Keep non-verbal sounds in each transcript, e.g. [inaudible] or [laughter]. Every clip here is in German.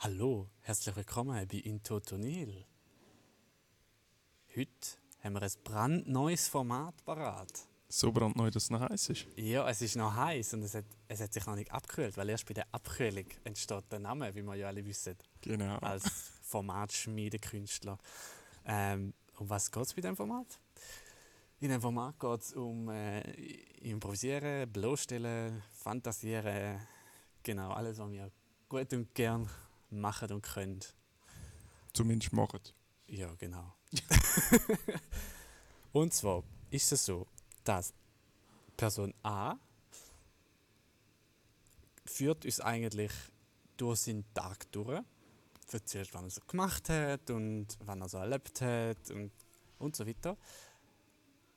Hallo, herzlich willkommen bei Into Tunnel. Heute haben wir ein brandneues Format parat. So brandneu, dass es noch heiß ist. Ja, es ist noch heiß und es hat, es hat sich noch nicht abgekühlt, weil erst bei der Abkühlung entsteht der Name, wie wir ja alle wissen, Genau. als Formatschmiedekünstler. Ähm, um was geht es bei diesem Format? In diesem Format geht es um äh, Improvisieren, Bloßstellen, Fantasieren, genau, alles, was wir gut und gern machen und können. Zumindest machen. Ja, genau. und zwar ist es so, dass Person A führt uns eigentlich durch seinen Tag durch. Erzählt, was er so gemacht hat und was er so erlebt hat und, und so weiter.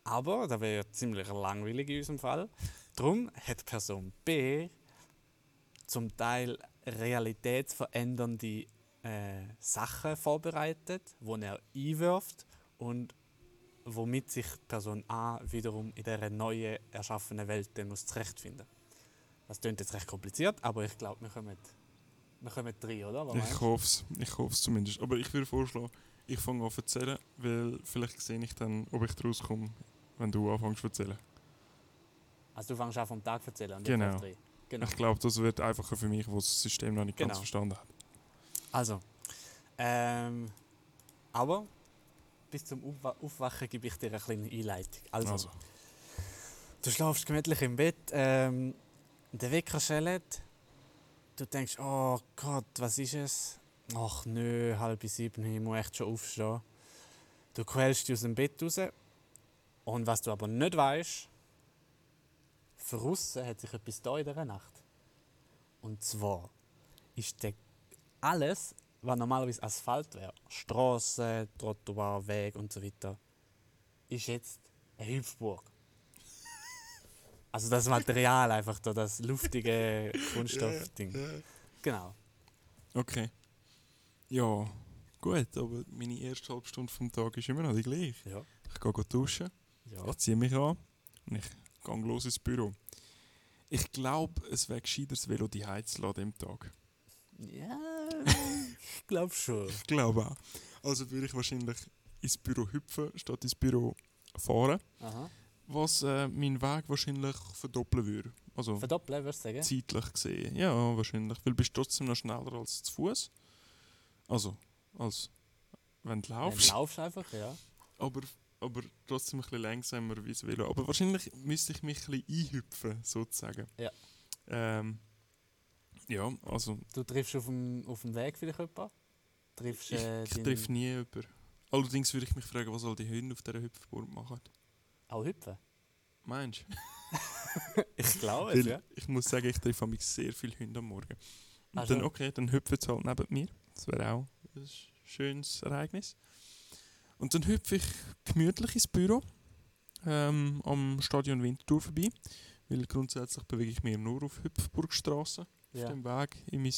Aber, das wäre ja ziemlich langweilig in unserem Fall, darum hat Person B zum Teil realitätsverändernde äh, Sachen vorbereitet, wo er einwirft und womit sich Person A wiederum in dieser neuen erschaffenen Welt dann muss zurechtfinden. Das klingt jetzt recht kompliziert, aber ich glaube, wir kommen, wir kommen drei, oder? Was meinst Ich du? hoffe es. Ich hoffe es zumindest. Aber ich würde vorschlagen, ich fange an zu erzählen, weil vielleicht sehe ich dann, ob ich draus komme, wenn du anfängst zu erzählen. Also du fängst an vom Tag zu erzählen und Genau. ich drei. Genau. Ich glaube, das wird einfacher für mich, wo das System noch nicht Genau. ganz verstanden hat. Also, ähm, aber bis zum Aufwa- Aufwachen gebe ich dir eine kleine Einleitung. Also, Also, Du schlafst gemütlich im Bett, ähm, der Wecker schellt. Du denkst, oh Gott, was ist es? Ach nö, halb sieben, ich muss echt schon aufstehen. Du quälst dich aus dem Bett raus. Und was du aber nicht weißt, draussen hat sich etwas da in dieser Nacht. Und zwar ist der alles, was normalerweise Asphalt wäre, Straße, Trottoir, Weg und so weiter, ist jetzt eine Hilfsburg. Also das Material einfach da, das luftige Kunststoffding. Genau. Okay. Ja, gut, aber meine erste halbe Stunde vom Tag ist immer noch die gleiche. Ja. Ich gehe go duschen. ja. Ich ziehe mich an und ich gehe los ins Büro. Ich glaube, es wäre gescheiter, das Velo die Heizung an dem Tag. Ja, ich glaube schon. Ich glaube auch. Also würde ich wahrscheinlich ins Büro hüpfen, statt ins Büro fahren. Aha. Was äh, meinen Weg wahrscheinlich verdoppeln würde. Also Verdoppeln, würdest du ne, sagen? zeitlich gesehen. Ja, wahrscheinlich. Weil du bist trotzdem noch schneller als zu Fuß. Also, als wenn du Wenn du laufst. laufst einfach, ja. aber, aber trotzdem ein bisschen langsamer wie das Velo. Aber wahrscheinlich müsste ich mich ein bisschen einhüpfen, sozusagen. Ja. Ähm, ja, also Du triffst auf dem, auf dem Weg vielleicht jemanden. Triffst, ich, äh, ich deinen- treffe nie jemanden. Allerdings würde ich mich fragen, was all die Hunde auf dieser Hüpfburg machen. Auch hüpfen. Meinst du? Ich glaube Weil Ich muss sagen, ich treffe mich sehr viele Hunde am Morgen. Und Also. dann, okay, dann hüpfen sie halt neben mir. Das wäre auch ein schönes Ereignis. Und dann hüpfe ich gemütlich ins Büro ähm, am Stadion Winterthur vorbei. Weil grundsätzlich bewege ich mich nur auf Hüpfburgstraße auf Ja. dem Weg in mein,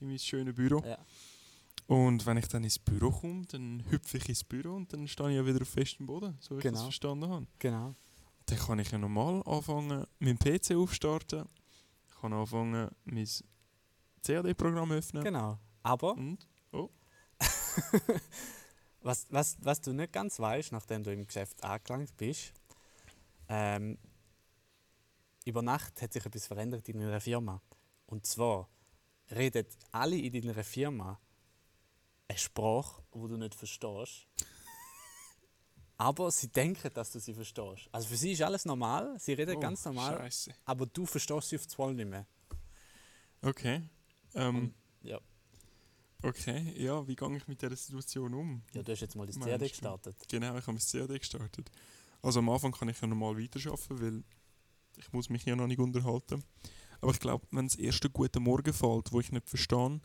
in mein schönes Büro. ja. Und wenn ich dann ins Büro komme, dann hüpfe ich ins Büro und dann stehe ich ja wieder auf festem Boden, so wie ich Genau. das verstanden habe. Genau. Dann kann ich ja normal anfangen, meinen PC aufstarten, kann anfangen, mein CAD-Programm öffnen Genau. Aber und was, was, was du nicht ganz weißt, nachdem du im Geschäft angelangt bist, ähm, über Nacht hat sich etwas verändert in deiner Firma. Und zwar reden alle in deiner Firma eine Sprache, die du nicht [laughs] verstehst. aber sie denken, dass du sie verstehst. Also für sie ist alles normal, sie reden Oh, ganz normal, Scheiße. aber du verstehst sie auf das Wohl nicht mehr. Okay. Ähm, Ja. okay, ja, wie gehe ich mit dieser Situation um? ja, du hast jetzt mal das Meinst CD du? gestartet. Genau, ich habe mein CAD gestartet. Also am Anfang kann ich ja normal weiterarbeiten, weil ich muss mich ja noch nicht unterhalten. Aber ich glaube, wenn das erste gute Morgen fällt, wo ich nicht verstehe,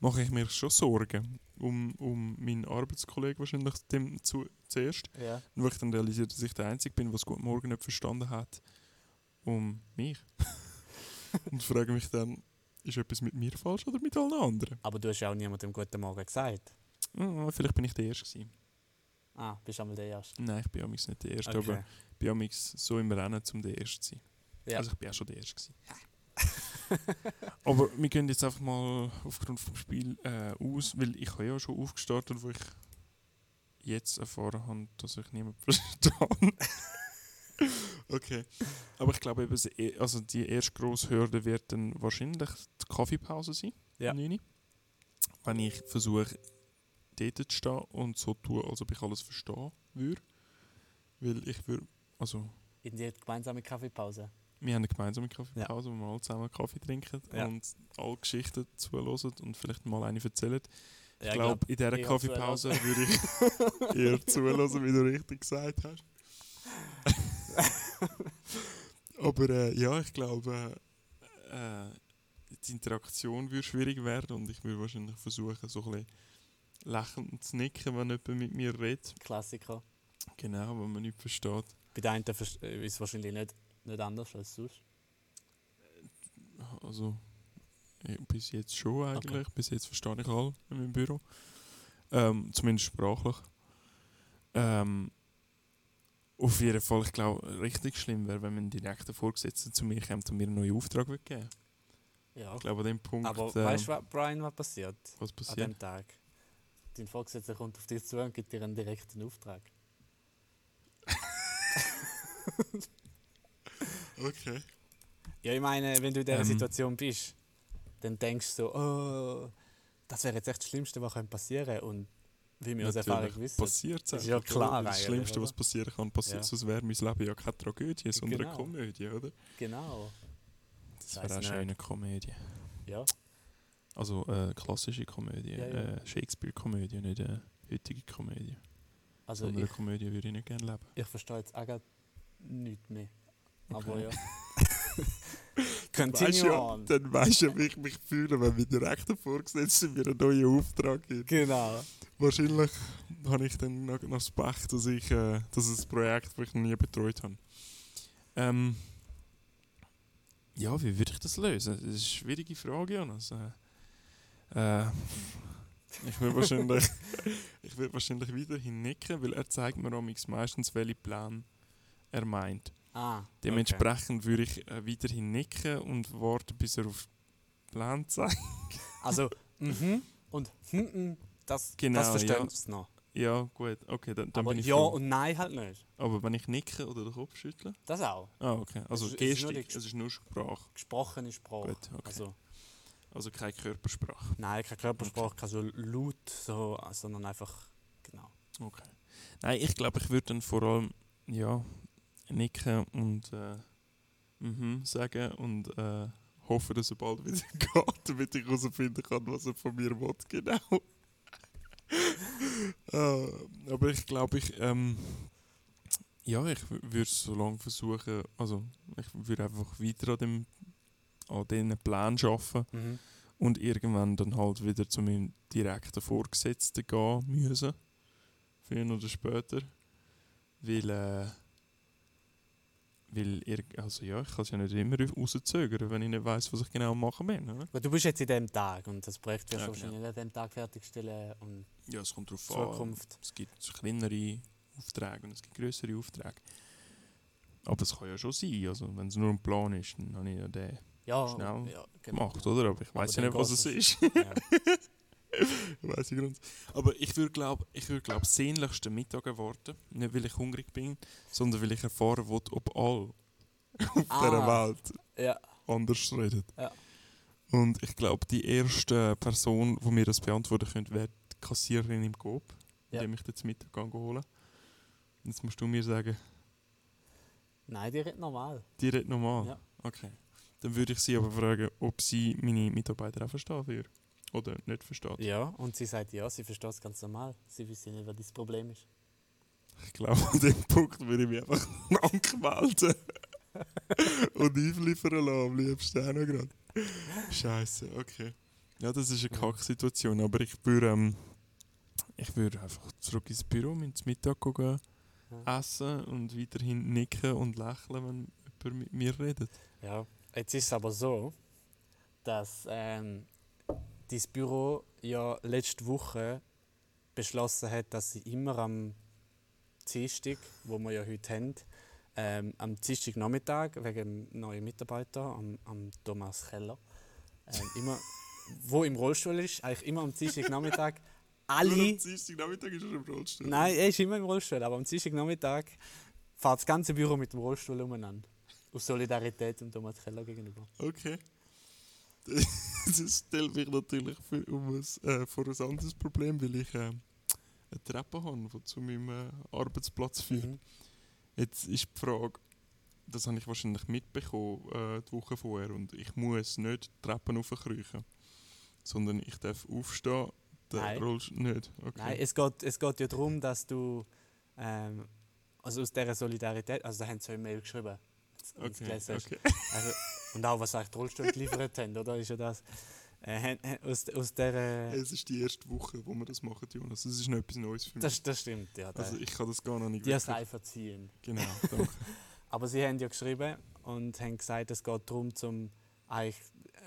mache ich mir schon Sorgen um, um meinen Arbeitskollegen wahrscheinlich dem zu, zuerst. Ja. Und weil ich dann realisiere, dass ich der Einzige bin, der das Guten Morgen nicht verstanden hat, um [laughs] mich. Und frage mich dann, ist etwas mit mir falsch oder mit allen anderen? Aber du hast ja auch niemandem guten Morgen gesagt. Ah, vielleicht bin ich der Erste gewesen. Ah, bist du einmal der Erste. Nein, ich bin amigs nicht der Erste, aber ich bin amigs so im Rennen, um der Erste zu sein. Ja. Also ich bin auch schon der Erste gewesen. [laughs] Aber wir gehen jetzt einfach mal aufgrund vom Spiel äh, aus, weil ich habe ja schon aufgestartet, wo ich jetzt erfahren habe, dass ich niemand [laughs] verstehe. okay. Aber ich glaube, eben, das e- also die erste grosse Hürde wird dann wahrscheinlich die Kaffeepause sein. Ja. um 9 Uhr. Wenn ich versuche, dort zu stehen und so tue, als ob ich alles verstehen würde. Weil ich würde, also In die gemeinsame Kaffeepause. wir haben eine gemeinsame Kaffeepause, wo wir alle zusammen Kaffee trinken Ja. und alle Geschichten zuhören und vielleicht mal eine erzählen. Ich Ja, ich glaube, glaub, in dieser eher Kaffeepause würde [laughs] ich eher zuhören, wie du richtig gesagt hast. Aber äh, ja, ich glaube, äh, die Interaktion würde schwierig werden und ich würde wahrscheinlich versuchen, so ein bisschen lächelnd zu nicken, wenn jemand mit mir redet. Klassiker. Genau, wenn man nicht versteht. Bei den einen vers- äh, ist es wahrscheinlich nicht, nicht anders als sonst. Also, ja, bis jetzt schon eigentlich. Bis jetzt verstehe ich alle in meinem Büro. Ähm, zumindest sprachlich. Ähm, auf jeden Fall, ich glaube, richtig schlimm wäre, wenn mein direkter Vorgesetzter zu mir kommt und mir einen neuen Auftrag würde geben Ja. Ich glaube, an dem Punkt, Aber ähm, weißt du, wa- Brian, was passiert was an passiert? dem Tag? Dein Vorgesetzter kommt auf dich zu und gibt dir einen direkten Auftrag. Okay. Ja, ich meine, wenn du in dieser Ähm. Situation bist, dann denkst du so, oh, das wäre jetzt echt das Schlimmste, was könnte passieren Und wie wir aus Erfahrung wissen. Passiert Ist ja klar Das eigentlich, Schlimmste, was oder? passieren kann, passiert. Ja. Sonst wäre mein Leben ja keine Tragödie, sondern Genau. eine Komödie, oder? Genau. Das Weiss wäre auch nicht. schon eine Komödie. Ja, Also äh, klassische Komödie, Ja, ja. äh, Shakespeare-Komödie, nicht äh, heutige Komödie. also So eine ich, Komödie würde ich nicht gerne leben. ich verstehe jetzt auch grad nichts mehr. Aber Okay. ja. [laughs] Continue on. dann weißt du, wie ich mich fühle, wenn mein direkter Vorgesetzter mir einen neuen Auftrag gibt. Genau. Wahrscheinlich habe ich dann noch, noch das Pech, dass ich äh, das ist ein Projekt, das ich noch nie betreut habe. Ähm, ja, wie würde ich das lösen? Das ist eine schwierige Frage, Jonas. Eh, Äh, äh, ich würde wahrscheinlich, [laughs] ich würde wahrscheinlich weiterhin nicken, weil er zeigt mir amigs meistens, welche Plan er meint. Ah, okay. Dementsprechend würde ich äh, weiterhin nicken und warten, bis er auf Plan zeigt. [laughs] Also, mhm und mhm, mhm, das, Genau, das verstehen ja. sie noch. Ja, gut, okay, dann, dann Aber bin ich ja froh. und nein halt nicht. Aber wenn ich nicke oder den Kopf schüttle, Das auch. Ah, okay. Also Es ist- es ist nur die Gestik, Ges- es ist nur Sprache. Gesprochene Sprache. Gut, okay. Also, Also, keine Körpersprache. nein, keine Körpersprache, keine so laut, so, sondern einfach, genau. Okay. Nein, ich glaube, ich würde dann vor allem ja, nicken und äh, mhm sagen und äh, hoffen, dass er bald wieder [laughs] geht, damit ich herausfinden kann, was er von mir will. Genau. [laughs] äh, aber ich glaube, ich. Ähm, ja, ich würde so lange versuchen, also ich würde einfach weiter an dem an diesen Plan arbeiten. Mhm. und irgendwann dann halt wieder zu meinem direkten Vorgesetzten gehen müssen. Früher oder später. Weil, äh, weil irg- also ja, ich kann es ja nicht immer rauszögern, wenn ich nicht weiß, was ich genau machen will. Oder? Gut, Du bist jetzt in dem Tag und das Projekt wirst Ja, genau. du wahrscheinlich nicht an dem Tag fertigstellen und Ja, es kommt darauf Zukunft. Es gibt kleinere Aufträge und es gibt größere Aufträge. Aber es kann ja schon sein, also wenn es nur ein Plan ist, dann habe ich ja den Ja, Schnell ja, [laughs] genau. gemacht, oder? Aber ich weiß ja dann nicht, was geht's es ist. Ja. Weiß ich ganz. Aber ich würde glaube ich würde glaub sehnlichst den Mittag erwarten, nicht weil ich hungrig bin, sondern weil ich erfahren will, ob alle auf dieser Ah. Welt ja, anders reden. Ja. Und ich glaube die erste Person, die mir das beantworten könnte, wäre die Kassiererin im Coop, Ja. indem ich den Mittag gehe holen. Jetzt musst du mir sagen, nein, die redet normal. die redet normal. Ja. Okay. Dann würde ich sie aber fragen, ob sie meine Mitarbeiter auch verstehen würde oder nicht versteht. Ja, und sie sagt ja, sie versteht es ganz normal. Sie wissen nicht, was das Problem ist. Ich glaube, an dem Punkt würde ich mich einfach [laughs] anmelden. [laughs] Und einliefern lassen, am liebsten auch noch gerade. Scheiße, okay. Ja, das ist eine Kacksituation, aber ich würde ähm, ich würde einfach zurück ins Büro, mir zum Mittag gehen, Ja. essen und weiterhin nicken und lächeln, wenn jemand mit mir redet. Ja, jetzt ist es aber so, dass ähm, dein Büro ja letzte Woche beschlossen hat, dass sie immer am Dienstag, wo wir ja heute haben, ähm, am Dienstagnachmittag wegen dem neuen Mitarbeiter, am, am Thomas Keller, ähm, immer, wo im Rollstuhl ist, eigentlich immer am [laughs] Dienstagnachmittag, Nur am alle, Dienstagnachmittag ist er im Rollstuhl. nein, er ist immer im Rollstuhl, aber am Dienstagnachmittag fährt das ganze Büro mit dem Rollstuhl umeinander. Aus Solidarität dem Thomas Keller gegenüber. Okay. [laughs] Das stellt mich natürlich für, um ein, äh, vor ein anderes Problem, weil ich äh, eine Treppe habe, die zu meinem äh, Arbeitsplatz führt. Mhm. Jetzt ist die Frage, das habe ich wahrscheinlich mitbekommen äh, die Woche vorher und ich muss nicht die Treppen raufkriechen, sondern ich darf aufstehen, Nein. dann rollst nicht. Okay. Nein, es geht, es geht ja darum, dass du ähm, also aus dieser Solidarität, also da haben sie ja eine Mail geschrieben, wenn's- wenn's okay. gelesen hast. okay. Also, und auch was euch die Rollstuhl geliefert haben, oder? Ist ja das. Äh, haben- haben- aus, aus der. Es ist die erste Woche, wo wir das machen, Jonas. Es ist noch etwas Neues für mich. Das, das stimmt, ja. also da- ich kann das gar noch nicht die wirklich- sei verziehen. Genau, danke. Aber sie haben ja geschrieben und haben gesagt, es geht darum, zum eigentlich äh,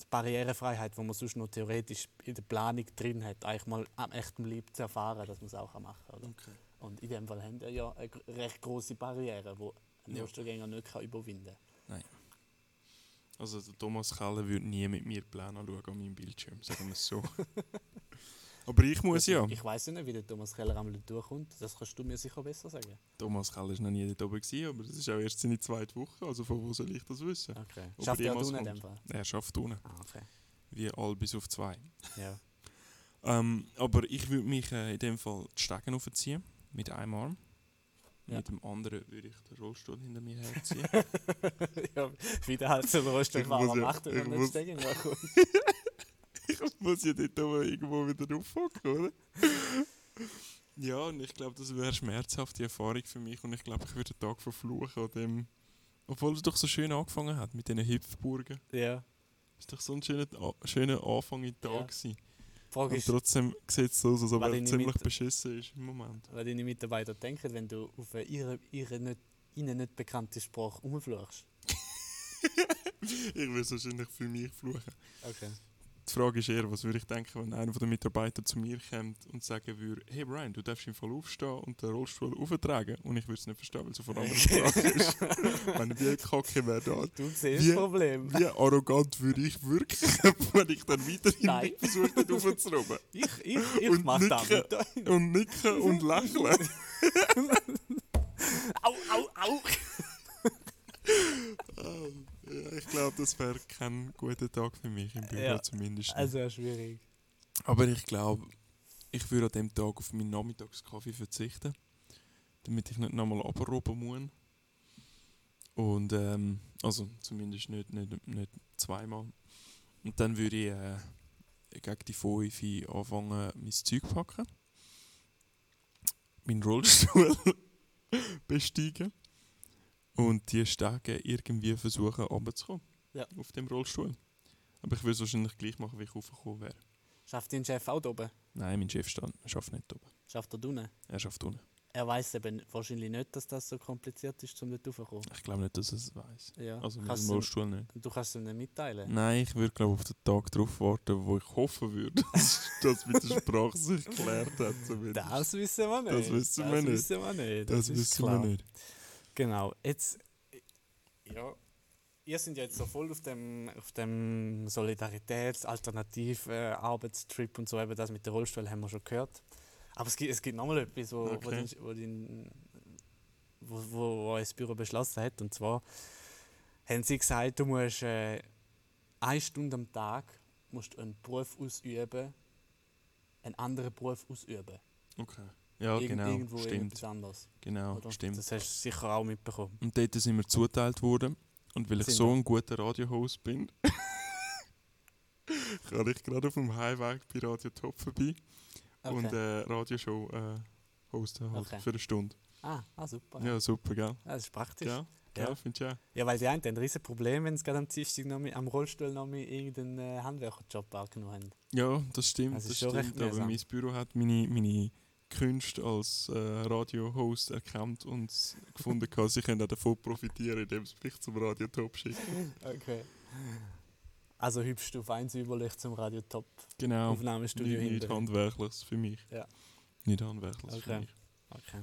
die Barrierefreiheit, die man sonst nur theoretisch in der Planung drin hat, eigentlich mal am echten Lieb zu erfahren, dass man es auch kann machen kann. Okay. Und in dem Fall haben wir ja eine gr- recht große Barriere, die ein Ja. Rollstuhlgänger nicht kann überwinden kann. Also der Thomas Keller würde nie mit mir Pläne anschauen an meinem Bildschirm, sagen wir es so. [laughs] Aber ich muss ja. Also Ich weiß ja nicht, wie der Thomas Keller einmal durchkommt. Das kannst du mir sicher besser sagen. Thomas Keller war noch nie dort oben, gewesen, aber es ist auch erst seine zweite Woche, also von wo soll ich das wissen? Okay. Ob Schafft er ja jemals du nicht in kommt? dem Fall. Er schafft unten, Ah, okay. wie all bis auf zwei. Ja. [laughs] Ähm, aber ich würde mich äh, in dem Fall die Stegen aufziehen, mit einem Arm. Ja. Mit dem anderen würde ich den Rollstuhl hinter mir herziehen. ja, wieder halt so ein Ich muss Rollstuhlfahrer ja- macht und ich dann nicht muss- steigen [laughs] kann. ich muss ja dort oben irgendwo wieder raufhocken, oder? ja, und ich glaube, das wäre schmerzhafte Erfahrung für mich und ich glaube, ich würde den Tag verfluchen an dem... Obwohl es doch so schön angefangen hat mit diesen Hüpfburgen. Ja. Ist doch so ein schöner, A- schöner Anfang in den Tag Ja. gewesen. Die Frage Und ist, trotzdem sieht es so aus, als ob Weil er ich nicht ziemlich mit- beschissen ist im [laughs] Moment. was deine Mitarbeiter denken, wenn du auf eine ihre, ihre nicht, ihnen nicht bekannte Sprache rumfluchst. ich würde es wahrscheinlich für mich fluchen. Okay. Die Frage ist eher, was würde ich denken, wenn einer der Mitarbeiter zu mir kommt und sagen würde, hey Brian, du darfst im Fall aufstehen und den Rollstuhl auftragen. Und ich würde es nicht verstehen, weil es auf [laughs] einer anderen Sprache ist. [laughs] Meine wie Kacke wäre da. Du siehst das Wie- Problem. Wie arrogant würde ich wirken, [laughs] wenn ich dann Nein. weiterhin versuche, den aufzuräumen. [laughs] Ich, ich, ich [laughs] Und mach das nicken. mit euch. Und nicken und lächeln. [laughs] Au, au, au! Ah, ja, ich glaube, das wäre kein guter Tag für mich, im Büro Ja, zumindest. nicht. Also ja, schwierig. Aber ich glaube, ich würde an dem Tag auf meinen Nachmittagskaffee verzichten, damit ich nicht nochmal abroben muss. Und ähm, also zumindest nicht, nicht, nicht zweimal. Und dann würde ich äh, gegen die 5 Uhr anfangen, mein Zeug packen. Meinen Rollstuhl [laughs] besteigen. Und die Stege irgendwie versuchen, runterzukommen. Ja. Auf dem Rollstuhl. Aber ich würde es wahrscheinlich gleich machen, wie ich raufgekommen wäre. Schafft dein Chef auch da oben? Nein, mein Chef stand, schafft nicht oben. Schafft er unten? Er schafft unten. Er weiß eben wahrscheinlich nicht, dass das so kompliziert ist, um dort raufzukommen. Ich glaube nicht, dass er es weiß. Ja. Also mit kannst dem du, Rollstuhl nicht. du kannst es ihm nicht mitteilen. Nein, ich würde glaube auf den Tag drauf warten, wo ich hoffen würde, [laughs] dass das mit der Sprache sich geklärt hat. Zumindest. Das wissen wir nicht. Das wissen wir nicht. wissen wir nicht. das ist wissen klar. wir nicht. Genau. Jetzt, ja, ihr sind ja jetzt so voll auf dem, auf dem Solidaritäts-, Alternativ-, äh, Arbeitstrip und so, eben das mit der Rollstuhl haben wir schon gehört. Aber es gibt, es gibt nochmal etwas, wo, wo, Okay. den, wo, den, wo, wo, wo das Büro beschlossen hat. Und zwar haben sie gesagt, du musst äh, eine Stunde am Tag musst du einen Beruf ausüben, einen anderen Beruf ausüben. Okay. Ja, Irgend- genau. irgendwo stimmt. irgendetwas anderes. Genau, oder? stimmt. Das hast du sicher auch mitbekommen. Und dort sind wir zuteilt worden. Und weil ich Sind so wir. ein guter Radiohost bin, [laughs] kann ich gerade auf dem Heimweg bei Radio Top vorbei Okay. und äh, Radioshow äh, hosten halt Okay. für eine Stunde. ah, ah, super. Ja. Ja, super, gell? Das ist praktisch. Ja, Ja, ja. Ja. finde ich auch. weil die einen haben ein riesen Problem, wenn sie gerade am Dienstag noch mit, am Rollstuhl noch mit irgendeinen äh, Handwerkerjob angenommen haben. Ja, das stimmt. Das Das ist schon recht stimmt mühsam. aber mein Büro hat meine, meine Künste als äh, Radio-Host erkannt und s- gefunden, [laughs] kann, sie können auch davon profitieren, indem sie mich zum Radio Top schicken. Okay. Also hübsch auf eins überlegt zum Radio Top Genau. Nicht, Aufnahmestudio nicht hinter. handwerkliches für mich. Ja. Nicht handwerkliches für Okay. mich. Okay.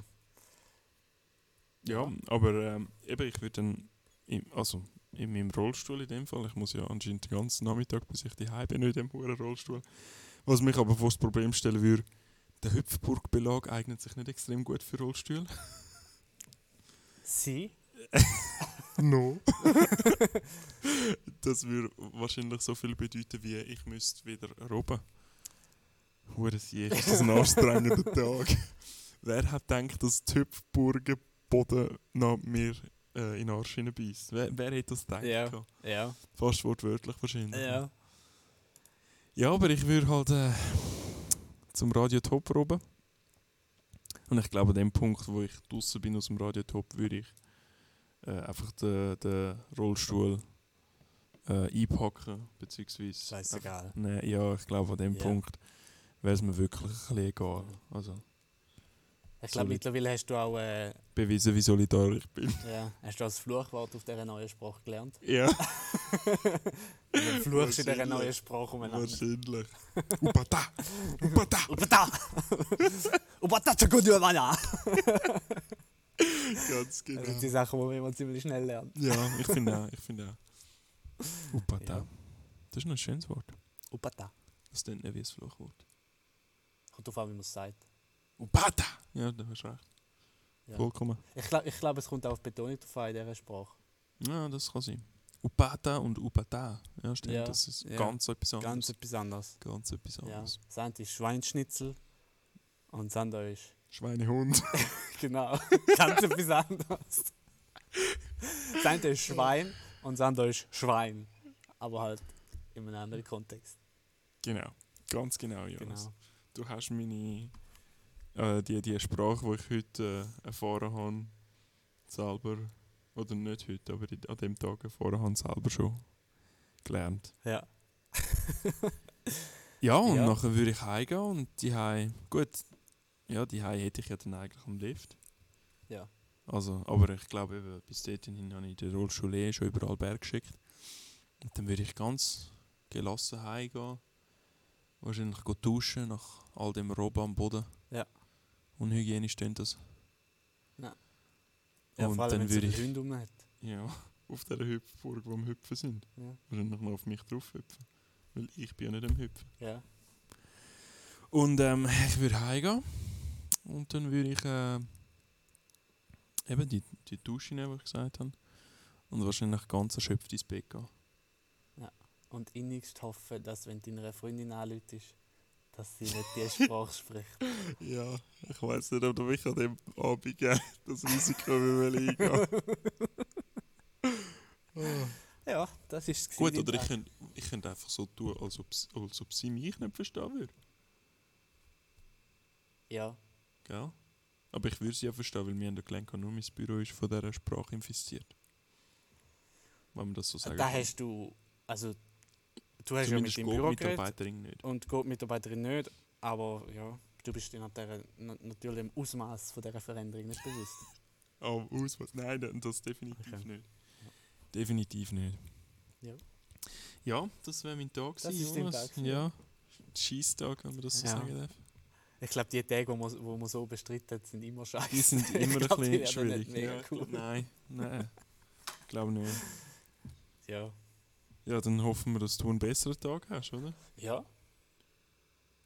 Ja, aber ähm, eben, ich würde dann, im- also in meinem Rollstuhl in dem Fall. Ich muss ja anscheinend den ganzen Nachmittag, bis ich daheim bin, in dem hohen Rollstuhl. Was mich aber vor das Problem stellen würde, der Hüpfburgbelag eignet sich nicht extrem gut für Rollstühle. Sie? No. das würde wahrscheinlich so viel bedeuten, wie ich müsste wieder roben. Hure Sieg, ist das ein anstrengender Tag. Wer hat gedacht, dass die Hüpfburgen Boden nach mir äh, in den Arsch hineinbeißt? Wer, wer hätte das gedacht? Ja. gehabt? Ja. Fast wortwörtlich wahrscheinlich. Ja. Ja, aber ich würde halt äh, zum Radio Top roben. Und ich glaube, an dem Punkt, wo ich draußen bin aus dem Radio Top, würde ich äh, einfach den, den Rollstuhl äh, einpacken, beziehungsweise... Scheißegal. Nein, ja, ich glaube, an dem Ja. Punkt wäre es mir wirklich ein bisschen egal. Also, Ich glaube, mittlerweile hast du auch, äh, beweisen, wie solidar ich bin. [laughs] ja, hast du auch das Fluchwort auf dieser neuen Sprache gelernt. Ja, Du fluchst in dieser Wahrscheinlich. neuen Sprache umeinander. wahrscheinlich. [laughs] Upata! Upata! Ubata! Ubata Chakudiwana! Ganz Das sind genau. die Sachen, die man immer ziemlich schnell lernt. Ja, ich finde auch, ich finde auch. Upata. Ja. Das ist noch ein schönes Wort. Ubata. Das ist nicht wie ein Fluchwort. Kommt drauf an, wie man es sagt. Upata! Ja, da hast du recht. Ja. Vollkommen. Ich glaube, ich glaub, es kommt auch auf die Betonung drauf an in dieser Sprache. Ja, das kann sein. Upata und Upata. Ja, stimmt. Ja, Das ist ja. ganz etwas anderes. Ganz Ganz, etwas anderes. etwas Ja. anderes. Das eine ist Schweinschnitzel und das andere ist Schweinehund. [laughs] [laughs] Genau, [laughs] ganz etwas anderes. Das eine ist Schwein und das andere ist Schwein. Aber halt in einem anderen Kontext. genau. Ganz genau, Jonas. Genau. Du hast meine. Äh, die, die Sprache, die ich heute äh, erfahren habe, selber. Oder nicht heute, aber in- an dem Tag erfahren habe, selber schon gelernt. Ja. Ja, und Ja. nachher würde ich heimgehen und die hei gut, ja, die hei hätte ich ja dann eigentlich am Lift. Ja. Also, aber ich glaube, eben, bis dorthin hin habe ich den Rollstuhl eh schon überall berg geschickt. Und dann würde ich ganz gelassen heimgehen. Wahrscheinlich go duschen nach all dem Rob am Boden. Ja. Unhygienisch tönt das. ja Und vor allem, dann wenn sie würde den ich- Hund um hat. Ja, [laughs] auf dieser Hüpfburg, wo am Hüpfen sind. Ja. Wahrscheinlich noch auf mich drauf hüpfen. Weil ich bin ja nicht am Hüpfen. Ja. Und ähm, [laughs] ich würde heimgehen. Und dann würde ich äh, eben die, die Dusche nehmen, die ich gesagt habe. Und wahrscheinlich ganz erschöpft ins Bett gehen. Und innigst hoffen, dass wenn du deiner Freundin anläutest, dass sie nicht die Sprache spricht. Ja, ich weiß nicht, ob du mich an dem Abend das Risiko eingehen Ja, das ist es. [laughs] Gut, oder ich könnte, ich könnte einfach so tun, als ob, s- als ob sie mich nicht verstehen würde. Ja, Gell? Aber ich würde sie ja verstehen, weil mir in der Gelenka nur mein Büro ist von dieser Sprache infiziert. Wenn man das so sagen da hast du. Also, du hast Zumindest ja mit deinem Büro geredet. Mitarbeiterin nicht. und geht Mitarbeiterin nicht, aber ja, du bist dir nach dieser, na, natürlich im Ausmaß von dieser Veränderung nicht bewusst. Am Ausmaß. Nein, da- das definitiv Okay. nicht. Definitiv nicht. Ja. Ja, das wäre mein Tag Das ist gewesen, dein Jonas. Tag gewesen. ja. Scheißtag, wenn man das so Ja. sagen darf. Ich glaube, die Tage, die man, wo man so bestritten hat, sind immer scheiße. Die [laughs] sind Ich immer glaub, ein die bisschen werden nicht schwierig. Mega ja, ich cool. glaub, nein, nein. ich glaube nicht. Ja. Ja, dann hoffen wir, dass du einen besseren Tag hast, oder? ja.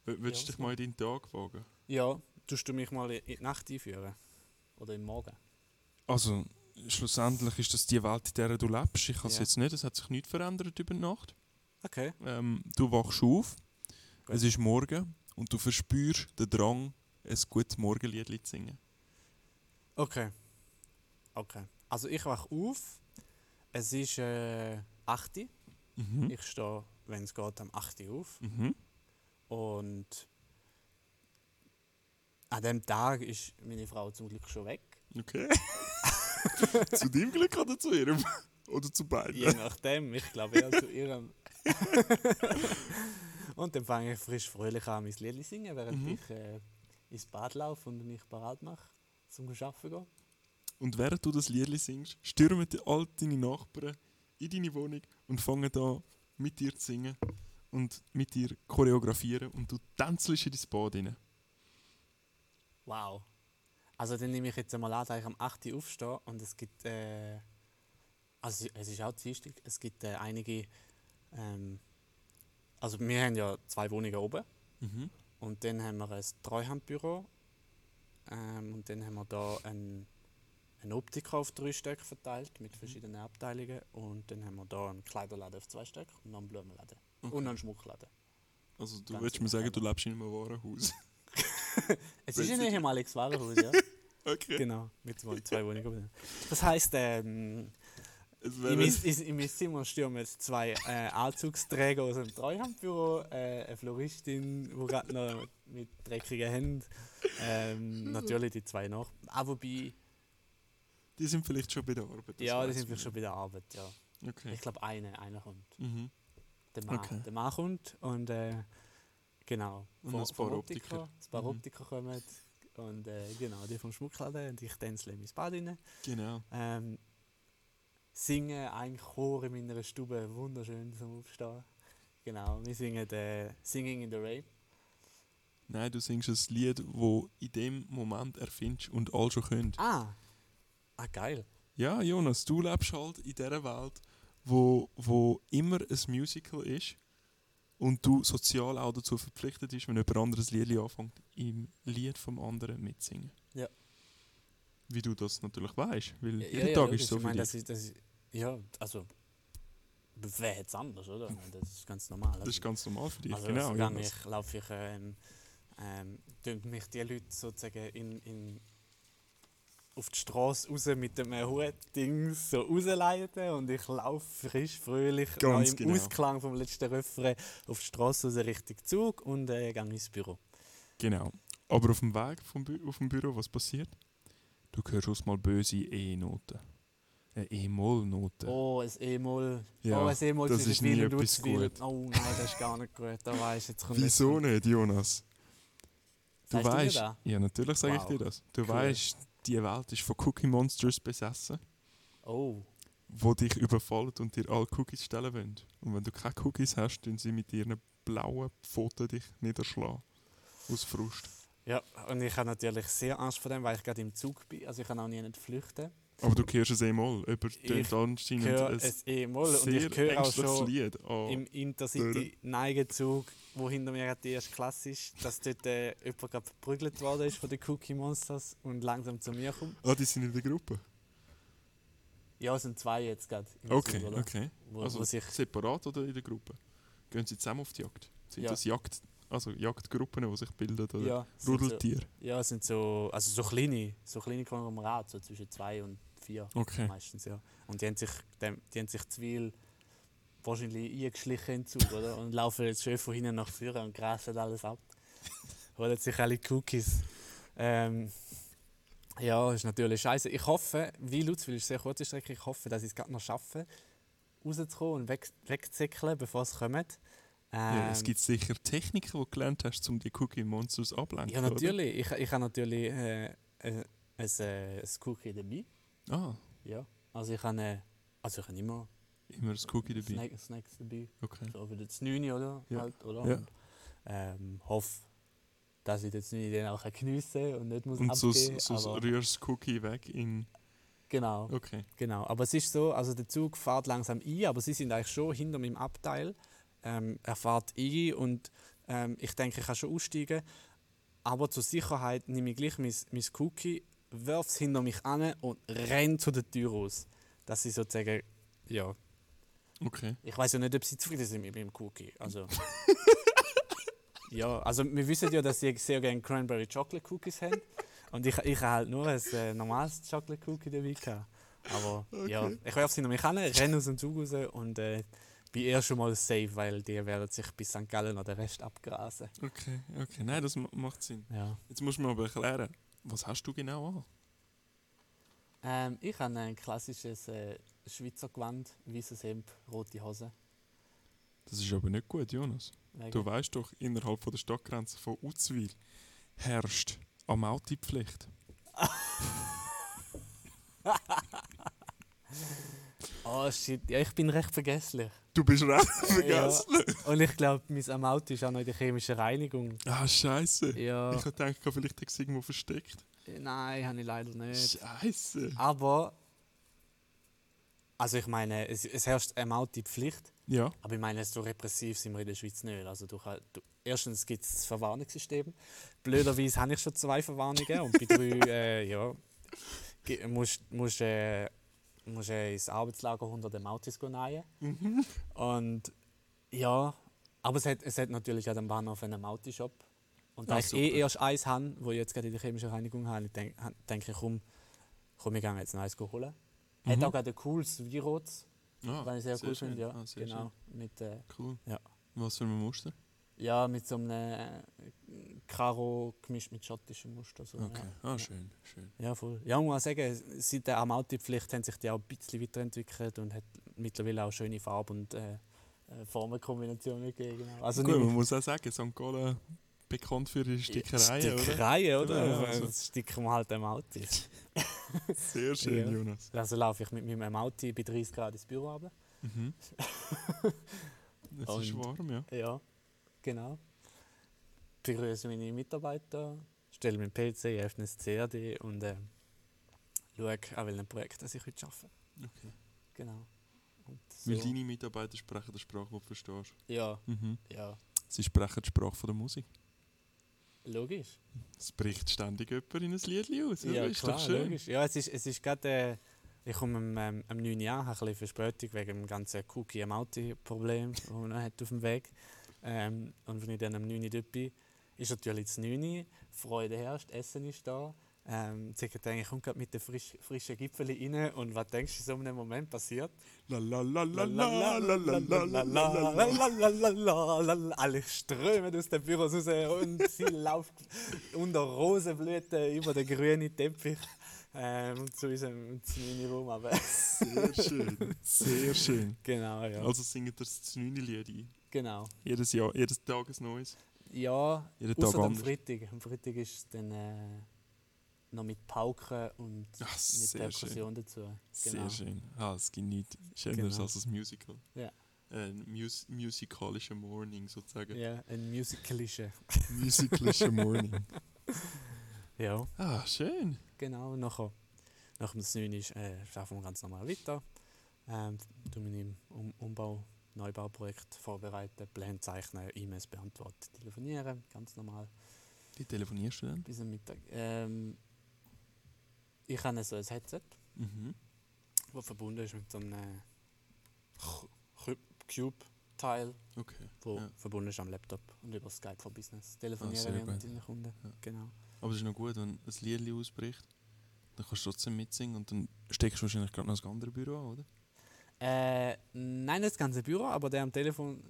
W willst du Ja, dich mal in deinen Tag wagen? Ja, tust du mich mal in in die Nacht einführen? Oder im Morgen? Also, schlussendlich ist das die Welt, in der du lebst. Ich kann es Ja. jetzt nicht, es hat sich nichts verändert über die Nacht. Okay. Ähm, du wachst auf, Gut. es ist morgen und du verspürst den Drang, ein gutes Morgenlied zu singen. Okay. Okay. Also ich wache auf. Es ist äh, 8 Uhr. Mhm. Ich stehe, wenn es geht, am 8 Uhr auf. Mhm. Und an dem Tag ist meine Frau zum Glück schon weg. Okay. [laughs] zu deinem Glück oder zu ihrem? Oder zu beiden? [laughs] Je nachdem, ich glaube eher zu ihrem. [laughs] und dann fange ich frisch fröhlich an, mein Lied zu singen, während Mhm. ich äh, ins Bad laufe und mich parat mache, zum Arbeiten zu gehen. Und während du das Lied singst, stürmen die- all deine Nachbarn in deine Wohnung und fangen an, mit dir zu singen und mit dir choreografieren und du tänzelst in dein Bad rein. Wow. Also dann nehme ich jetzt einmal an, dass ich am 8. Uhr aufstehe und es gibt äh, Also es ist auch zwiestig. Es gibt äh, einige. Ähm, also wir haben ja zwei Wohnungen oben Mhm. und dann haben wir ein Treuhandbüro ähm, und dann haben wir da einen, einen Optiker auf drei Stück verteilt mit verschiedenen Abteilungen und dann haben wir da einen Kleiderladen auf zwei Stück und noch einen Blumenladen und noch einen Schmuckladen. Also du Ganz willst mir sagen, überhaupt. du lebst in einem wahren Haus. Es ist ein Basically. ehemaliges Warenhaus, ja? [laughs] Okay. genau, mit zwei- zwei Wohnungen. oben. Das heisst, ähm, Es In wäre mein, in, in mein Zimmer stürmen jetzt zwei äh, Anzugsträger aus dem Treuhandbüro, äh, eine Floristin, die gerade noch mit dreckigen Händen, ähm, natürlich die zwei noch. Ah, wobei, die sind vielleicht schon bei der Arbeit. das ja, die weiss sind man vielleicht schon bei der Arbeit, ja. nicht. Okay. Ich glaube, eine, einer kommt. Mhm. Der Mann, Okay. der Mann kommt und äh, genau. Und vom- noch ein paar vom Optiker. Ein paar Mhm. Optiker kommen und äh, genau, die vom Schmuckladen und ich tänzle in mein Bad rein. Genau. Ähm, singen ein Chor in meiner Stube, wunderschön zum Aufstehen. Genau, wir singen äh, Singing in the Rain. Nein, du singst ein Lied, wo in dem Moment erfindest und alle schon können. Ah! Ah, geil. Ja, Jonas, du lebst halt in dieser Welt, wo, wo immer ein Musical ist und du sozial auch dazu verpflichtet bist, wenn jemand anderes Lied anfängt, im Lied vom anderen mitsingen. Ja. Wie du das natürlich weißt, weil Ja, jeden ja, Tag logisch. ist so ich viel. meine, das Das, ist, das ist, Ja, also. Wer hätte es anders, oder? Ich meine, Das ist ganz normal. das ist ganz normal für dich, also, genau. sogar Jonas. mich laufe ich. Ähm, ähm, tun mich die Leute sozusagen in, in, auf die Straße raus mit dem Hut-Ding so rausleiten und ich laufe frisch, fröhlich noch Ganz im genau. Ausklang vom letzten Refrain auf die Straße raus Richtung Zug und äh, gehe ins Büro. Genau. Aber auf dem Weg vom Bü auf dem Büro, was passiert? Du hörst schon mal böse E-Noten. Äh, Eine E-Moll-Note. Oh, ein E-Moll. Ja, oh, ein E-Moll das zwischen ist nie Wil und etwas Lutzwil. gut. Oh nein, das ist gar nicht gut. Da weiss jetzt kommt Wieso jetzt- nicht, Jonas? Du Sagst mir weißt, das? ja natürlich sage Wow. ich dir das. Du Cool. weißt, die Welt ist von Cookie Monsters besessen, Oh, wo dich überfallen und dir alle Cookies stellen wollen. Und wenn du keine Cookies hast, dann sie mit ihren blauen Pfoten dich niederschlagen. Aus Frust. ja. Und ich habe natürlich sehr Angst vor dem, weil ich gerade im Zug bin. Also ich kann auch nie nicht flüchten. Aber du hörst es einmal. Jemand Ich tönt Ich anscheinend höre ein ein sehr E-Moll eh und ich höre auch ängstliches schon... Lied an. im Intercity-Neigezug, wo hinter mir gerade die erste Klasse ist, dass dort äh, jemand gerade verprügelt worden ist von den Cookie Monsters und langsam zu mir kommt. Ah, die sind in der Gruppe. Ja, es sind zwei jetzt gerade. im Okay, Zug, oder? okay. Wo, Also wo sich, separat oder in der Gruppe? Gehen sie zusammen auf die Jagd? Sind Ja. das Jagd, also Jagdgruppen, die sich bilden? Oder ja, es sind so, Rudeltier? ja, es sind so, also so kleine, so kleine Konglomerate, so zwischen zwei und vier [laughs] Okay. meistens, ja. Und die haben sich, dem- die haben sich zu viel wahrscheinlich eingeschlichen in den Zug, oder? Und laufen jetzt schön von hinten nach vorne und grasen alles [laughs] ab. Holen sich alle Cookies. Ähm, ja, ist natürlich scheiße. Ich hoffe, wie Lutzwil ist eine sehr kurze Strecke, ich hoffe, dass ich es gerade noch schaffe, rauszukommen und weg, wegzuckeln, bevor es kommt. Ja, es Ähm, gibt sicher Techniken, die du gelernt hast, um die Cookie Monsters ablenken. ja, natürlich. Ich, ich habe natürlich äh, äh, ein, äh, ein Cookie dabei. Oder? Ah, Ja. Also ich habe, äh, also ich habe immer immer ein Cookie dabei. Snack, Snacks dabei. Okay. So für das 9, oder? Ja. Halt, oder? Ja. Und, ähm, hoffe, dass ich das 9 dann auch geniessen kann und nicht muss Und so, abgeben. so aber, rührst du das Cookie weg in. genau, Okay. genau. Aber es ist so, also der Zug fährt langsam ein, aber sie sind eigentlich schon hinter meinem Abteil. Ähm, er fährt ein und ähm, ich denke, ich kann schon aussteigen. Aber zur Sicherheit nehme ich gleich mein, mein Cookie, werfe es hinter mich an und renne zu der Tür raus. Dass sie sozusagen, ja, Okay. Ich weiß ja nicht, ob sie zufrieden sind mit meinem Cookie. Also. ja, also wir wissen ja, dass sie sehr gerne Cranberry Chocolate Cookies haben. Und ich, ich habe halt nur ein äh, normales Chocolate Cookie dabei gehabt. Aber ja, ich werfe sie nämlich hin, renne aus dem Zug raus und äh, bin eher schon mal safe, weil die werden sich bis St. Gallen noch den Rest abgrasen. Okay, okay. Nein, das ma- macht Sinn. Ja. Jetzt musst du mir aber erklären, was hast du genau an? Ähm, ich habe ein klassisches äh, Schweizer Gewand, weißes Hemd, rote Hose. Das ist aber nicht gut, Jonas. Wegen- Du weißt doch, innerhalb von der Stadtgrenze von Uzwil herrscht eine Mautipflicht. Oh shit, ja, ich bin recht vergesslich. Du bist [laughs] recht vergessen. Und ich glaube, mein Amauti ist auch noch in der chemischen Reinigung. Ah, Scheiße. Ja, Ich hätte gedacht, vielleicht ist es irgendwo versteckt. nein, habe ich leider nicht. Scheiße. Aber Also ich meine, es, es herrscht eine alte Pflicht, Ja, aber ich meine, so repressiv sind wir in der Schweiz nicht. Also du, kann- du, erstens gibt es das Verwarnungssystem. Blöderweise habe ich schon zwei Verwarnungen und bei drei, äh, ja, ge- musst du musst, äh, musst, äh, ins Arbeitslager unter dem Autos gehen. Und ja, aber es hat, es hat natürlich auch den Bahnhof einen Autishop. Und da Ah, ich super. eh erst eins habe, wo ich jetzt gerade in der chemischen Reinigung habe, denke denk ich, komm, komm, wir gehen jetzt noch eins holen. Hat auch gerade ein cooles Virot, ah, was ich sehr, cool schön. finde. Ja, Ah, sehr genau. Mit, äh, schön. Cool. Ja. Was für ein Muster? ja, mit so einem äh, Karo gemischt mit schottischem Muster. So, Okay. ja. Ah, schön, schön. ja, voll. Ja, muss man sagen, seit der Amauti-Pflicht haben sich die auch ein bisschen weiterentwickelt und hat mittlerweile auch schöne Farben und äh, äh, Formenkombinationen gegeben. Genau. Also Gut, nicht man muss auch sagen, St. Gallen bekannt für ihre Stickereien, oder? Stickerei, oder? Ja, also- Das sticken wir halt am Auto. Sehr schön, Ja. Jonas. Also laufe ich mit meinem Auto bei 30 Grad ins Büro runter. [laughs] Mhm. Es ist Und- warm, ja. Ja, genau. Begrüße meine Mitarbeiter, stelle meinen PC, öffne das CAD und äh, schaue, an welchem Projekt dass ich heute arbeite. Okay. Genau. Und so. Weil deine Mitarbeiter sprechen die Sprache, die du verstehst. Ja, Mhm. ja, Sie sprechen die Sprache von der Musik. logisch. Es bricht ständig jemand in ein Lied aus. oder? Ja, ist klar, doch schön. logisch. Ja, es ist, es ist gerade, äh, ich komme am, ähm, am 9 Jahr ein bisschen Verspätung wegen dem ganzen Cookie am Auto-Problem, das man noch hat auf dem Weg ähm, Und wenn ich dann am 9 Uhr dort bin, ist natürlich das 9 Uhr, Freude herrscht, Essen ist da. Ähm, die Sekretärin kommt gerade mit den frisch, frischen Gipfeln rein und was denkst du, in so einem Moment passiert? La la la la la la la la la la la la. Lalalalalalalalalala. Alle strömen aus den Büros raus äh, und [laughs] sie läuft unter Rosenblüten über den grünen Teppich ähm, zu unserem Minimum. Aber Sehr schön, sehr schön. [laughs] genau, ja. Also singt ihr das 9 Lied ein. Genau. Jedes Jahr, jedes Tag ein neues. Ja, Jeden Tag außer am anders. Freitag. Am Freitag ist dann äh, noch mit Pauken und Ach, mit Ah, sehr schön. Perkussion dazu. Sehr schön. Ah, es gibt nichts Schöneres Genau. als ein Musical. Ja. Ein mus musikalischer Morning sozusagen. [laughs] Ja, ein musicalische. Musikalischer Morning. Ja, Ah, schön. genau. Nachher, nach dem 9 ist, äh, schaffen wir ganz normal weiter. Ähm, tun wir im um Umbau, Neubauprojekt vorbereiten, Pläne zeichnen, E-Mails beantworten, telefonieren, ganz normal. Wie telefonierst du denn? Bis am Mittag. Ähm, ich habe so ein Headset. Mhm. wo verbunden ist mit so einem Ch- Ch- Cube-Teil, Okay. wo Ja. Ah, verbunden ist am Laptop und über Skype for Business telefonieren sehr wir gut. mit den Kunden. Ja. Genau. Aber es ist noch gut, wenn ein Lied ausbricht, dann kannst du trotzdem mitsingen und dann steckst du wahrscheinlich gerade noch ein anderes Büro an, oder? Äh, nein, nicht das ganze Büro, aber der am Telefon,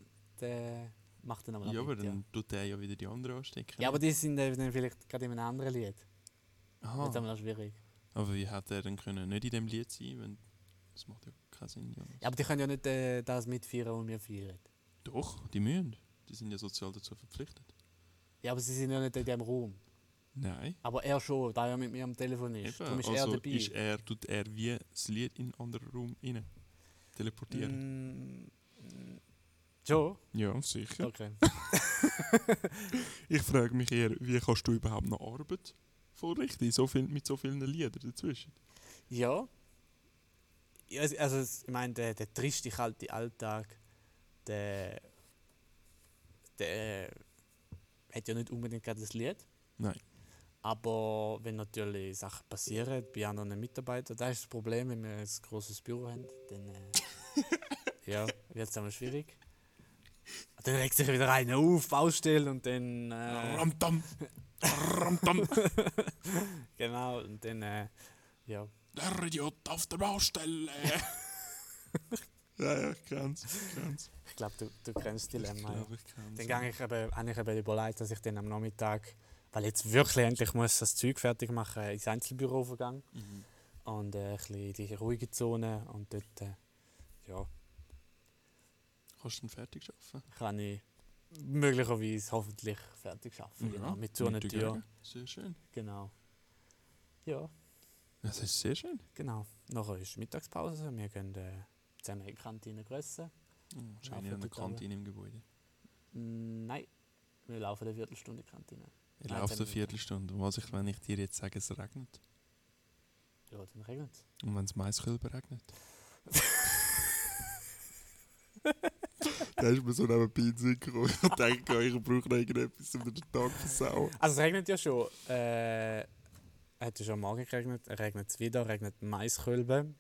der macht dann aber noch ja, aber mit, dann tut der ja wieder die anderen anstecken. ja. ja, aber die sind äh, dann vielleicht gerade in einem anderen Lied. Aha. Das ist dann noch schwierig. Aber wie hätte er denn können nicht in dem Lied sein, wenn das macht ja keinen Sinn. Jonas. Ja, aber die können ja nicht äh, das mitfeiern, was wir feiern. Doch, die müssen. Die sind ja sozial dazu verpflichtet. Ja, aber sie sind ja nicht in diesem Raum. Nein. Aber er schon, da er mit mir am Telefon ist. Darum ist also er dabei. Ist er, tut er wie das Lied in einen anderen Raum rein. Teleportieren. Mm, mm, schon? Ja, sicher. Okay. Ich frage mich eher, wie kannst du überhaupt noch Arbeit vorrichten so viel, mit so vielen Liedern dazwischen? Ja. ja also, also es- ich meine, der, der triste, kalte Alltag, der, der hat ja nicht unbedingt gerade das Lied. Nein. Aber wenn natürlich Sachen passieren bei anderen Mitarbeitern, das ist das Problem, wenn wir ein großes Büro haben, dann äh, ja, wird es einmal schwierig. Dann regt sich wieder einer auf, Baustelle und dann. Äh, Ramtam! Ramtam! [laughs] genau, und dann. Äh, ja. Der Idiot auf der Baustelle! [laughs] ja, ja, ich kenn's. Ich kenn's. Ich glaube, du, du kennst das Dilemma. ja. Ich glaub, ich kenn's. Dann gang ich eben, habe ich eben überlegt, dass ich dann am Nachmittag, weil jetzt wirklich endlich muss das Zeug fertig machen, ins Einzelbüro vergangen Mhm. und äh, ein bisschen in die ruhige Zone und dort äh, ja, Kannst du denn fertig schaffen? kann ich möglicherweise hoffentlich fertig Mhm. schaffen. Genau, mit so einer nichts Tür. dagegen. Sehr schön. Genau. Ja, Das ist sehr schön. genau. Nachher ist Mittagspause, wir gehen äh, zusammen in die Kantine grüssen. Oh, Ja, Wahrscheinlich an der fertig, aber- Kantine im Gebäude. Mm, nein, wir laufen eine Viertelstunde in die Kantine. Er Nein, zehn läuft eine Minuten. Viertelstunde. Und Was ich, wenn ich dir jetzt sage, es regnet? Ja, dann regnet es. Und wenn es Maiskölber regnet? [laughs] Da ist mir so neben die Pinsel gekommen. Ich denke, ich brauche noch irgendetwas, um den Tag zu versauen. Also es regnet ja schon. Äh, hat ja schon am Morgen geregnet, regnet es wieder, regnet Maiskölben.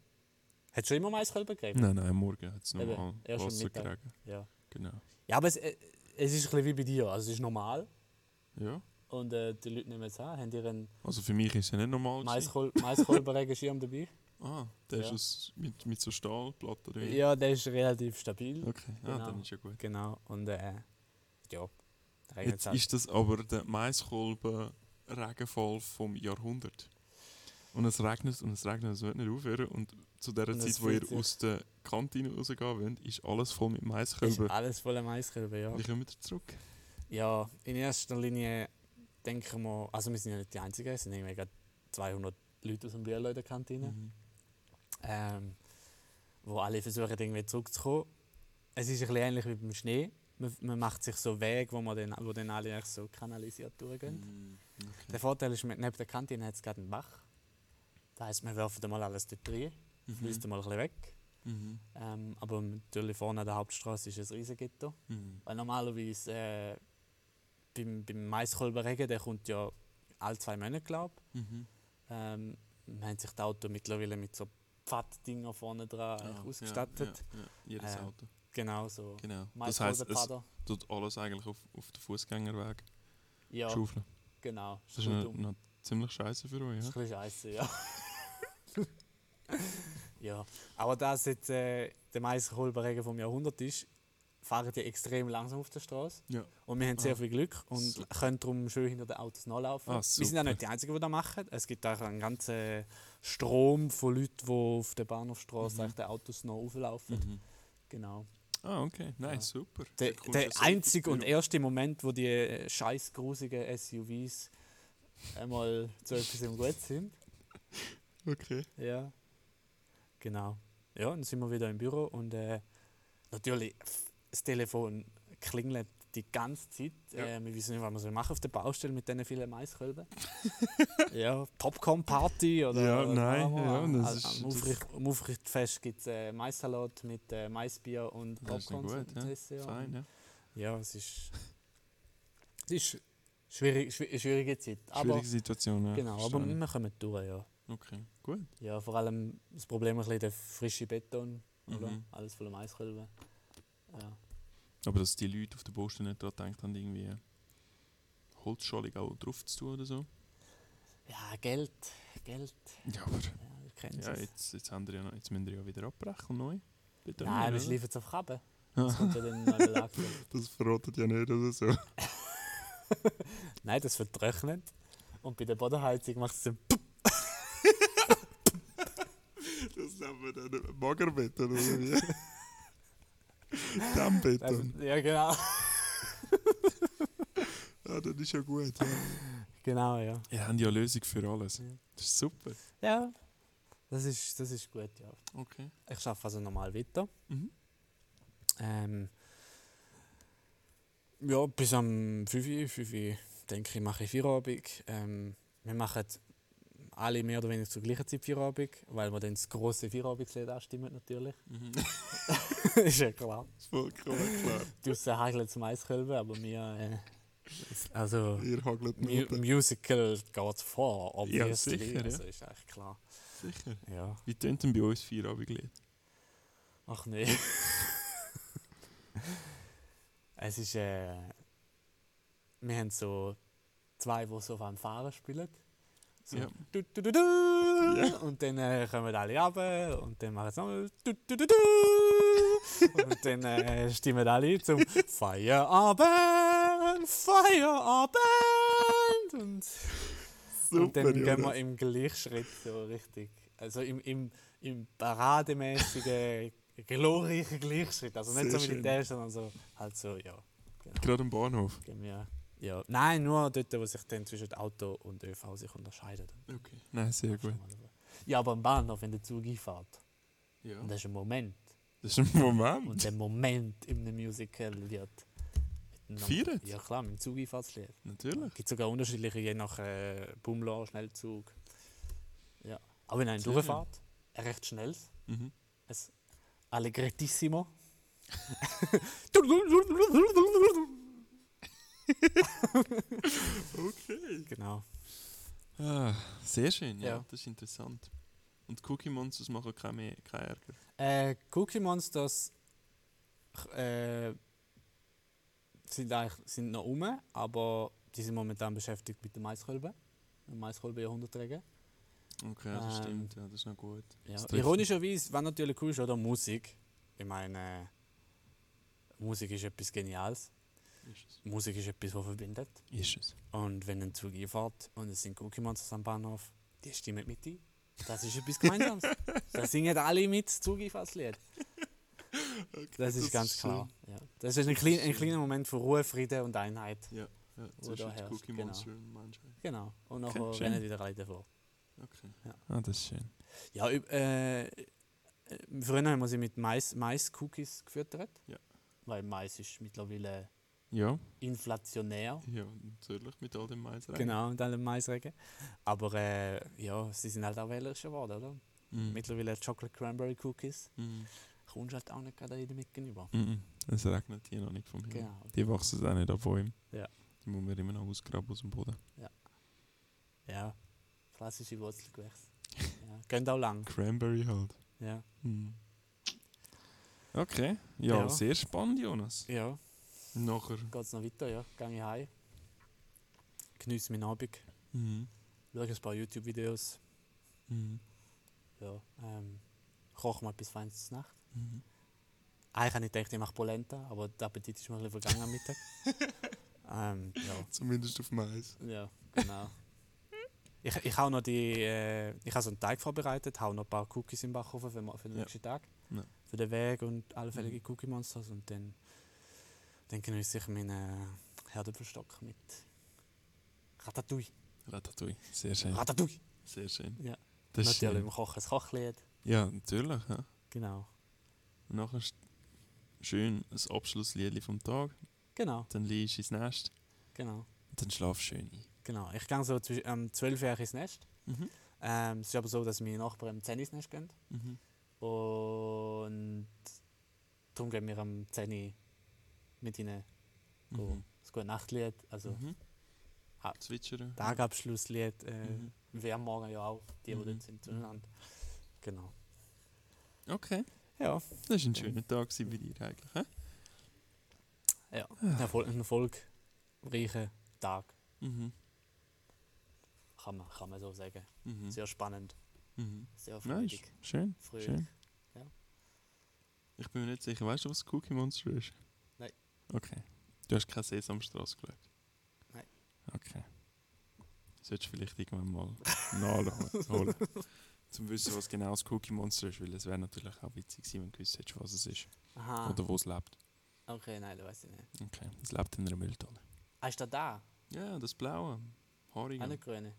Hat schon immer Maiskölben geregnet? Nein, nein, morgen hat es Eben, nochmal erst am Wasser Mittag. geregnet. Ja. Genau. ja, aber es, äh, es ist ein bisschen wie bei dir. Also es ist normal Ja. und äh, die Leute nehmen es an. Haben ihr einen Also für mich ist es ja nicht normal. gewesen. Maiskol Maiskolbenregenschirm [laughs] dabei? Ah, der Ja. ist aus, mit, mit so Stahlplatten drin. Ja, der ist relativ stabil. Okay, ah, Genau. dann ist ja gut. Genau, und äh, ja, da regnet Jetzt es halt. ist das aber der Maiskolben-Regenfall vom Jahrhundert. Und es regnet und es regnet, und es wird nicht aufhören. Und zu der Und es Zeit, wo ihr fühlt sich- aus der Kantine rausgehen wollt, ist alles voll mit Ist Maiskölben. alles voller Maiskölben, ja. Wie kommen wir zurück? Ja, in erster Linie denken wir, also wir sind ja nicht die Einzigen, es sind irgendwie gerade 200 Leute aus dem Bierlo in der Kantine, Mhm. ähm, wo alle versuchen irgendwie zurückzukommen. Es ist ein bisschen ähnlich wie beim Schnee. Man, man macht sich so Wege, wo, man dann, wo dann alle eigentlich so kanalisiert durchgehen. Mhm. Okay. Der Vorteil ist, neben der Kantine hat es gerade einen Bach. Das heisst, wir werfen dann mal alles dort rein, fließt Mhm. dann mal ein bisschen weg. Mhm. Ähm, aber natürlich vorne an der Hauptstraße ist ein Riesengitter. Mhm. Weil normalerweise äh, beim, beim Maiskolbenregen, der kommt ja alle zwei Monate, glaube ich. Mhm. Ähm, wir haben sich die Auto mittlerweile mit so Pfaddingern vorne dran Ah, eigentlich ausgestattet. Ja, ja, ja. Jedes Ähm, Auto. Genau so. Genau. Das heisst, es Maiskolbenpfader. tut alles eigentlich auf, auf den Fußgängerweg Ja, schaufeln. genau. Ist Das ist schon noch, dumm. noch ziemlich scheiße für euch. Ist ein Ja? bisschen scheiße, ja. [laughs] ja. Aber da es jetzt äh, der Maiskolbenregen vom Jahrhundert ist, fahren die extrem langsam auf der Straße. Ja. Und wir haben sehr Ah, viel Glück und super. können darum schön hinter den Autos nachlaufen. Ah, wir sind ja super. nicht die Einzigen, die das machen. Es gibt auch einen ganzen äh, Strom von Leuten, die auf der Bahnhofstraße Mhm. mhm. den Autos noch auflaufen. Mhm. Genau. Ah, okay. Nein, Ja. super. Der, Dann kommst du ja der so einzige und Ja. erste Moment, wo die äh, scheiß grusigen SUVs einmal zu etwas im Gut sind. Okay. Ja. Genau. Ja, dann sind wir wieder im Büro und äh, natürlich, f- das Telefon klingelt die ganze Zeit. Ja. Äh, wir wissen nicht, was wir so machen auf der Baustelle mit diesen vielen Maiskölben. [laughs] ja, Popcorn-Party oder. Ja, oder nein, keine Ahnung. ja, Am- das am- ist- Also, am das- Aufricht, am Aufrichtfest gibt es äh, Maissalat mit äh, Maisbier und Das ist noch Popcorn gut, ja. Dessert. Fein, ja. Ja, es ist. es ist schwierig, schwi- eine schwierige Zeit. Aber, Schwierige Situation, ja. genau, aber Mhm. verstehe wir kommen durch, ja. ich. Okay, gut. Ja, vor allem das Problem ein bisschen der frische Beton, oder? Mhm. Alles voller Maiskölben. Ja. Aber dass die Leute auf der Baustelle nicht daran gedacht haben, irgendwie Holzschalung auch drauf zu tun oder so. ja, Geld, Geld, Ja, aber ja, ihr kennt ja, es. jetzt, jetzt, haben die ja noch, jetzt müssen die ja wieder abbrechen neu. Bitte Nein, wir nicht, schleifen es auf Kabe. [laughs] Das kommt ja dann noch der Lack drauf. Das verrotet ja nicht oder so. Nein, das vertrocknet. Und bei der Bodenheizung macht es dann pup. Das nennen wir dann Magerbeton oder wie? Also, Dammbeton. ja, genau. [laughs] Ja, Ah, das ist ja gut. Ja. Genau, ja. Ihr habt ja eine Lösung für alles. Ja. Das ist super. Ja, das ist, das ist gut, ja. Okay. Ich arbeite also normal weiter. Mhm. Ähm, ja, bis am 5 Uhr, 5 Uhr, denke ich, mache ich Feierabend. Ähm, wir machen alle mehr oder weniger zur gleichen Zeit Feierabend, weil wir dann das grosse Feierabendslied anstimmen natürlich. [laughs] Mhm. ist ja klar. Das ist vollkommen klar. Draussen hageln zum Eiskölben, aber wir... Äh, also, Ihr hagelt mu nur. Musical geht vor, obviously. sicher, ja. Also ist eigentlich klar. Sicher. Ja. Wie tönt denn bei uns Feierabendlied? Ach nee. [laughs] es ist. Äh, wir haben so zwei, die so auf einem Fahren spielen. So. Ja. Du, du, du, du. Ja. Und dann äh, kommen alle runter und dann machen sie nochmal. Du, du, du, du. und dann äh, stimmen alle zum Feierabend, Feierabend. Und, und dann gehen wir Jonas. im Gleichschritt so richtig. Also im, im, im parademäßigen, glorreichen Gleichschritt. Also nicht Sehr so schön. militär, sondern so, halt so, ja. Gerade am Bahnhof. Gehen wir, ja. Nein, nur dort, wo sich dann zwischen Auto und ÖV sich unterscheiden. Okay. Nein, sehr gut. Ja, aber am Bahnhof, wenn der Zug einfährt. Ja. Und das ist ein Moment. Das ist ein Und Moment. der Moment in einem Musical wird. mit einem- Gefeiert? Ja, klar, mit dem Zug einfahrtslied. Natürlich. Es gibt sogar unterschiedliche, je nach äh, Bummler, Schnellzug. Ja. Aber wenn ein Sehr durchfährt, ein recht schnelles, Mhm. es Allegrettissimo. Okay. Genau. Ah, sehr schön, ja, Ja. das ist interessant. Und Cookie Monsters machen keinen mehr- keinen Ärger. Äh, Cookie Monsters äh, sind, eigentlich, sind noch um, aber die sind momentan beschäftigt mit den Maiskolben. Dem Maiskolben Jahrhundertträger. Okay, das Ähm. stimmt, ja, das ist noch gut. Ja. Das trifft- Ironischerweise, wenn natürlich cool ist, oder Musik. Ich meine, Musik ist etwas Geniales. Ist es. Musik ist etwas, was verbindet. Ist es. Und wenn ein Zug einfährt und es sind Cookie Monsters am Bahnhof, die stimmen mit ein. Das ist etwas Gemeinsames. da singen alle mit das Zugifahrtslied. Das ist das ganz ist klar. Ja. Das ist ein, klein, ein schön. kleiner Moment von Ruhe, Frieden und Einheit. Ja, Wo da zwischen herrscht, Cookie genau. Monster und Menschheit. Genau. Und Okay, nachher schön. rennen wieder alle davor. Ah, das ist schön. Ja, üb- äh, äh, früher haben wir sie mit Mais- Mais-Cookies gefüttert. Ja. Weil Mais ist mittlerweile Ja, inflationär. ja, natürlich, mit all dem Mais rein. Genau, mit allem Maisregen. Aber äh, ja, sie sind halt auch wählerischer geworden, oder? Mhm. Mittlerweile Chocolate Cranberry Cookies. Mhm. Kommst halt auch nicht gerade jedem mit gegenüber. Mhm. Es regnet hier noch nicht vom Himmel. Genau. Mhm. Die wachsen auch nicht ab von ihm. Ja. Die muss man immer noch ausgraben aus dem Boden. Ja, klassische Wurzelgewächse. ja, gehen auch lang. Cranberry halt. Ja. Mhm. Okay, ja, Ja. sehr spannend, Jonas. ja. Nachher. geht es noch weiter, ja. Gehe ich heim. Geniesse meinen Abend. Mhm. Schaue ein paar YouTube-Videos. Mhm. Ja, ähm, koche mal etwas Feines zur Nacht. Mhm. Eigentlich habe ich gedacht, ich mache Polenta, aber der Appetit ist mir ein bisschen vergangen am Mittag. ähm, ja. Zumindest auf Mais. ja, genau. Hm? Ich, ich habe noch die, äh, ich habe so einen Teig vorbereitet, habe noch ein paar Cookies im Backofen für, mo- für den Ja. nächsten Tag. Ja. Mhm. Für den Weg und allfällige Cookie Monsters und dann, dann genieße ich meinen Herdöpfelstock mit Ratatouille. Ratatouille. Sehr schön. Ratatouille! Sehr schön. Ja. Das ist Natürlich schön. im Kochen das Kochlied. Ja, natürlich. Ja. Genau. Und nachher sch- schön ein Abschlusslied vom Tag. Genau, Dann liegst du ins Nest. genau. Und dann schlafst du schön ein. Genau. Ich gehe so zwischen ähm, 12 Jahren ins Nest. Mhm. Ähm, es ist aber so, dass meine Nachbarn am 10 Uhr ins Nest gehen. Mhm. Und darum gehen wir am 10 Uhr mit ihnen go. Mhm. das gute Nachtlied, also Mhm. Ah. Zwitschern. Tagabschlusslied. Äh, Mhm. Wir am morgen ja auch, die, die Mhm. dort sind, zueinander. Genau. Okay. Ja, Das war ein schöner Tag gewesen bei dir eigentlich. hä? ja. Ein, Erfol ein erfolgreicher Tag, Mhm. kann man, kann man so sagen. Mhm. Sehr spannend, Mhm. sehr Ja, ist freudig. schön. Fröhlich. schön. Ich bin mir nicht sicher, weißt du, was Cookie Monster ist? Nein. Okay. Du hast keine Sesamstraße geschaut? Nein. Okay. Solltest du vielleicht irgendwann mal [laughs] nachholen. Zum Wissen, was genau das Cookie Monster ist, weil es wäre natürlich auch witzig gewesen, wenn du gewusst hättest, was es ist. Aha. Oder wo es lebt. Okay, nein, das weiß ich nicht. Okay. Es lebt in einer Mülltonne. Ah, ist der da? Ja, das blaue. Haarige. Ja. Eine grüne.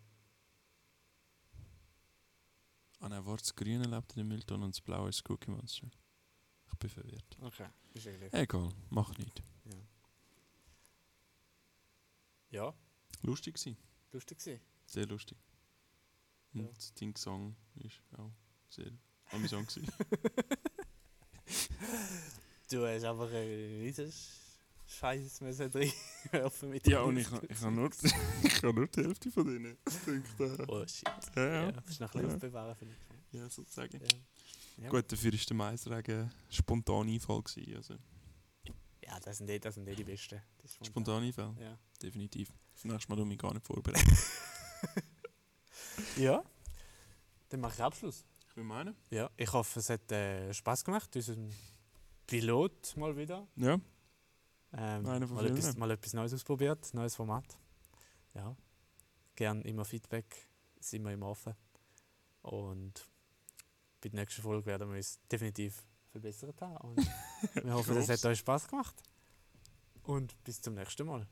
Ah nein, warte, das grüne lebt in der Mülltonne und das blaue ist das Cookie Monster. Ich bin verwirrt. Okay. Ist ja gleich. Egal, mach nicht. Ja. ja, Lustig gewesen. lustig gewesen. Sehr lustig. Und Ja. dein Gesang ist auch sehr amüsant gewesen. Du hast aber ein riesiges Scheiß müssen drin [laughs] werfen mit [laughs] ja, dem und ich, Lüfter. ich habe nur, [laughs] ich hab nur die Hälfte von denen. Ich denke, Oh shit. äh, Ja. ja, ja. Musst du noch ein bisschen aufbewahren, finde ich. ja, sozusagen. Ja. Ja. Gut, dafür war der Maisregen spontan Einfall. Gewesen, also. ja, das sind, eh, das sind eh die Besten. Das ist Spontan Einfall, Ja. definitiv. Das nächste Mal bin ich gar nicht vorbereitet. ja. Dann mache ich Abschluss. ich will meinen. Ja, ich hoffe, es hat äh, Spass gemacht, unseren Pilot mal wieder. Ja, Ähm, Einer von mal, vielen. etwas, mal etwas Neues ausprobiert, neues Format. Ja, gern immer Feedback, sind wir immer offen. Und bei der nächsten Folge werden wir uns definitiv [laughs] verbessert haben. Und wir hoffen, es hat euch Spaß gemacht. Und bis zum nächsten Mal.